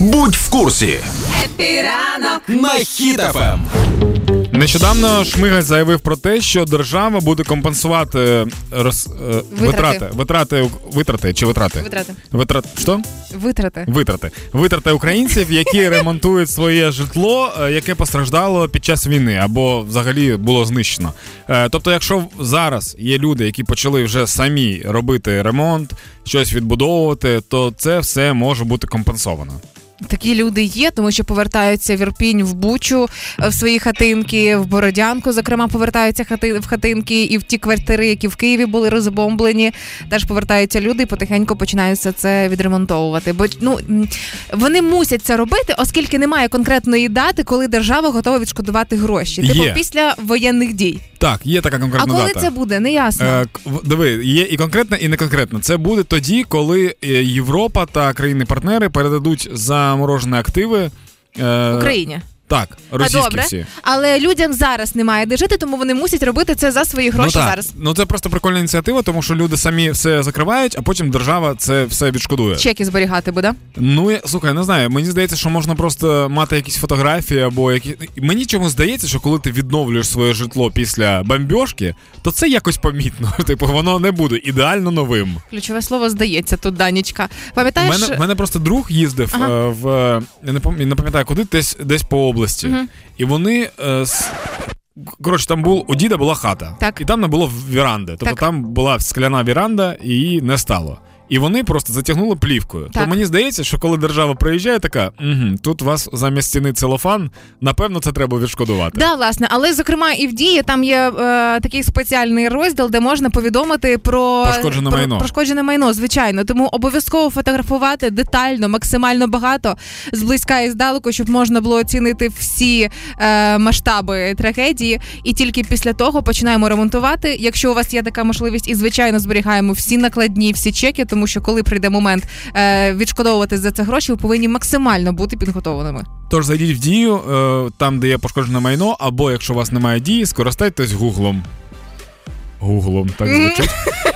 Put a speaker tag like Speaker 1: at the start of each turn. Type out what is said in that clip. Speaker 1: Будь в курсі
Speaker 2: Піранок.
Speaker 1: на хітафем.
Speaker 3: Нещодавно Шмигаль заявив про те, що держава буде компенсувати е, роз, е, витрати. Витрати, витрати чи витрати?
Speaker 4: Витрати.
Speaker 3: Витрат, що?
Speaker 4: Витрати.
Speaker 3: Витрати. Витрати українців, які ремонтують своє житло, е, яке постраждало під час війни або взагалі було знищено. Е, Тобто, якщо зараз є люди, які почали вже самі робити ремонт, щось відбудовувати, то це все може бути компенсовано.
Speaker 4: Такі люди є, тому що повертаються в Ірпінь в Бучу е, в свої хатинки, в Бородянку, зокрема, повертаються хати в хатинки і в ті квартири, які в Києві були розбомблені. Теж повертаються люди і потихеньку починаються це відремонтовувати. Бо ну м, вони мусять це робити, оскільки немає конкретної дати, коли держава готова відшкодувати гроші. Типу
Speaker 3: Є.
Speaker 4: після воєнних дій.
Speaker 3: Так, є така
Speaker 4: А
Speaker 3: конкретна
Speaker 4: коли
Speaker 3: дата.
Speaker 4: це буде, неясно.
Speaker 3: Е, к- в- диви, є і конкретно, і неконкретно. Це буде тоді, коли е, Європа та країни-партнери передадуть заморожені активи е,
Speaker 4: Україні.
Speaker 3: Так,
Speaker 4: а
Speaker 3: російські
Speaker 4: добре,
Speaker 3: всі.
Speaker 4: але людям зараз немає де жити, тому вони мусять робити це за свої гроші
Speaker 3: ну, так.
Speaker 4: зараз.
Speaker 3: Ну це просто прикольна ініціатива, тому що люди самі все закривають, а потім держава це все відшкодує.
Speaker 4: Чеки зберігати буде.
Speaker 3: Ну я слухай, я не знаю. Мені здається, що можна просто мати якісь фотографії або які. Мені чому здається, що коли ти відновлюєш своє житло після бомбьошки, то це якось помітно. Типу, воно не буде ідеально новим.
Speaker 4: Ключове слово здається тут, Данічка.
Speaker 3: У
Speaker 4: Пам'ятаєш?
Speaker 3: мене, в мене просто друг їздив
Speaker 4: Ага.
Speaker 3: е, в е, я не пам'ятаю, не пам'ятаю куди, десь десь по області.
Speaker 4: Мгм.
Speaker 3: І вони е, с- коротше, там був у діда була хата,
Speaker 4: Так.
Speaker 3: і там не було віранди. Тобто
Speaker 4: Так.
Speaker 3: там була скляна віранда, і її не стало. І вони просто затягнули плівкою.
Speaker 4: Так.
Speaker 3: То мені здається, що коли держава приїжджає, така угу, тут у вас замість стіни целофан, напевно, це треба відшкодувати.
Speaker 4: Да, власне, але зокрема і в дії там є е, такий спеціальний розділ, де можна повідомити про
Speaker 3: Пошкоджене
Speaker 4: про-
Speaker 3: майно.
Speaker 4: Пошкоджене майно, звичайно. Тому обов'язково фотографувати детально, максимально багато, зблизька і здалеку, щоб можна було оцінити всі е, масштаби трагедії. І тільки після того починаємо ремонтувати. Якщо у вас є така можливість, і звичайно зберігаємо всі накладні, всі чеки, тому що коли прийде момент е, відшкодовувати за це гроші, ви повинні максимально бути підготованими.
Speaker 3: Тож зайдіть в дію, е, там, де є пошкоджене майно, або якщо у вас немає дії, скористайтесь гуглом. Гуглом, так звучить.